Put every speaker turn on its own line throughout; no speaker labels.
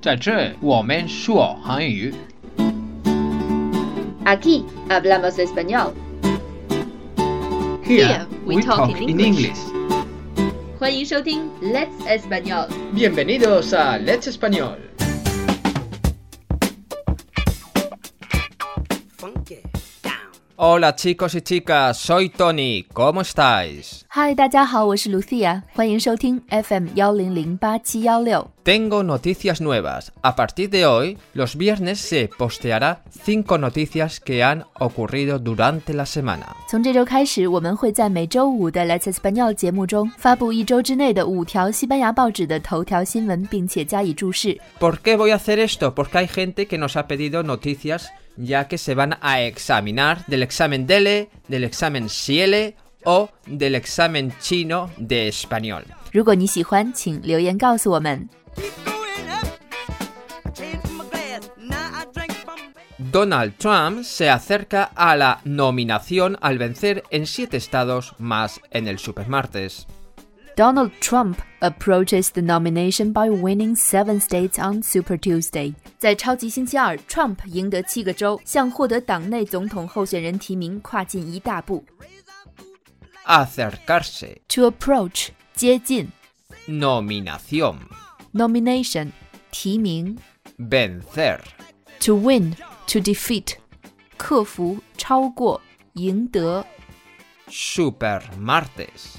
在这，我们说韩语。
Aquí hablamos español。
Here we talk in English.
欢迎收听 Let's Español。
Bienvenidos a Let's Español.
Hola chicos y chicas, soy Tony. ¿Cómo estáis?
嗨，大家好，我是 Lucia，欢迎收听 FM 幺零零八七幺六。
Tengo noticias nuevas. A partir de hoy, los viernes se posteará 5 noticias que han ocurrido durante la semana.
从这周开始，我们会在每周五的 Let's Español 节目中发布一周之内的五条西班牙报纸的头条新闻，并且加以注释。
¿Por qué voy a hacer esto? Porque hay gente que nos ha pedido noticias ya que se van a examinar del examen DELE, del examen SIELE o del examen chino de español.
如果你喜欢，请留言告诉我们。
Donald Trump se acerca a la nominación al vencer en siete estados más en el Supermartes.
Donald Trump approaches the nomination by winning seven states on Super Tuesday。在超级星期二，Trump 赢得七个州，向获得党内总统候选人提名跨进一大步。
Acercarse,
To approach，接近。
nominación,
nomination 提名
vencer,
to win to defeat 克服超过赢得。
Supermartes.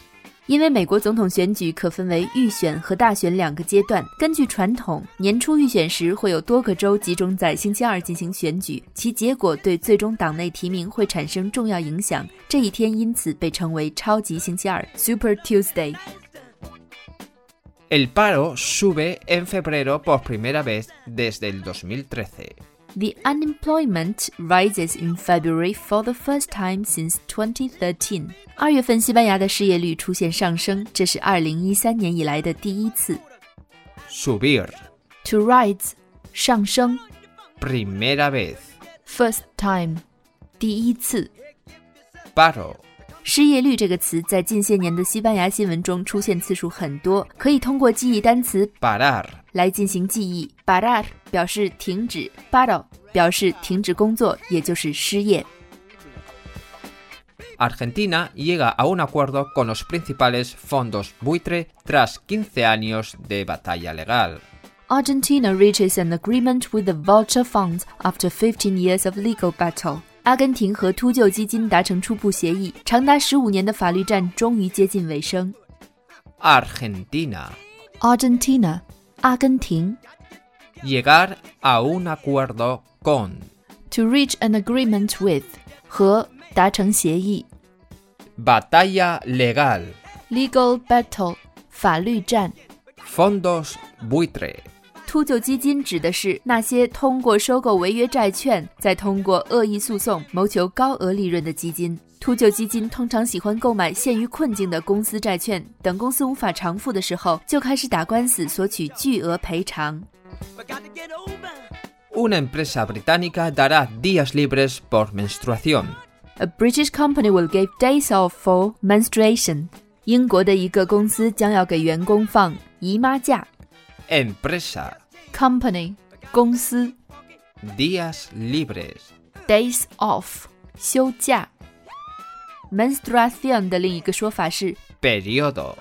因为美国总统选举可分为预选和大选两个阶段。根据传统，年初预选时会有多个州集中在星期二进行选举，其结果对最终党内提名会产生重要影响。这一天因此被称为超级星期二 （Super Tuesday）。
El paro sube en febrero por primera vez desde el 2013.
The unemployment rises in February for the first time since 2013. 二月份，西班牙的失业率出现上升，这是2013年以来的第一次。
Subir,
To rise，上升
primera vez.
；first time，第一次。
Paro,
失业率这个词在近些年的西班牙新闻中出现次数很多，可以通过记忆单词
parar,
来进行记忆。parar 表示停止，paro 表示停止工作，也就是失业。
Argentina llega a un acuerdo con los principales fondos buitre tras 15 años de batalla legal.
Argentina reaches an agreement with the vulture funds after 15 years of legal battle. 阿根廷和秃鹫基金达成初步协议，长达十五年的法律战终于接近尾声。
Argentina
Argentina，阿根廷
llegar a un acuerdo con
to reach an agreement with 和达成协议
batalla legal,
legal battle 法律战。
fondos buitre,
秃鹫基金指的是那些通过收购违约债券，再通过恶意诉讼谋求高额利润的基金。秃鹫基金通常喜欢购买陷于困境的公司债券，等公司无法偿付的时候，就开始打官司索取巨额赔偿。
una empresa británica dará días libres por menstruación.
A British company will give days off for menstruation。英国的一个公司将要给员工放姨妈假。
Empresa,
Company 公司
días libres.
days off 休假。menstruation 的另一个说法是
Periodo,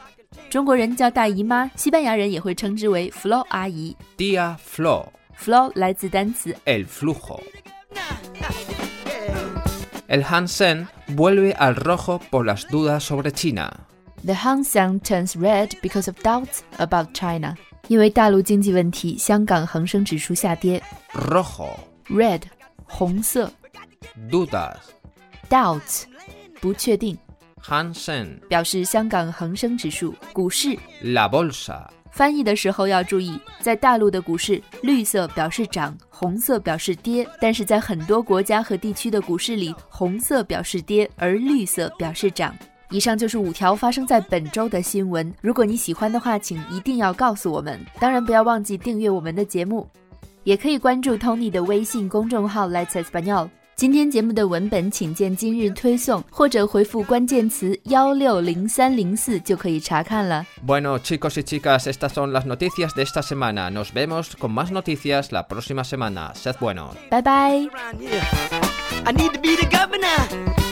中国人叫大姨妈，西班牙人也会称之为 flow 阿姨。
tía Flo,
flow 来自单词
el flujo. El Hansen vuelve al rojo por las dudas sobre China.
the Hang Seng turns red because of doubts about China。因为大陆经济问题，香港恒生指数下跌。
Rojo,
red 红色
dudas.
doubts 不确定，
Hansen,
表示香港恒生指数股市
la bolsa.
翻译的时候要注意，在大陆的股市，绿色表示涨，红色表示跌；但是在很多国家和地区的股市里，红色表示跌，而绿色表示涨。以上就是五条发生在本周的新闻。如果你喜欢的话，请一定要告诉我们。当然，不要忘记订阅我们的节目，也可以关注 Tony 的微信公众号 Let's Español。今天节目的文本请见今日推送，或者回复关键词幺六零三零四就可以查看了。
Bueno, chicos y chicas, estas son las noticias de esta semana. Nos vemos con más noticias la próxima semana. Sed buenos.
拜拜。
around here. I need to be the governor.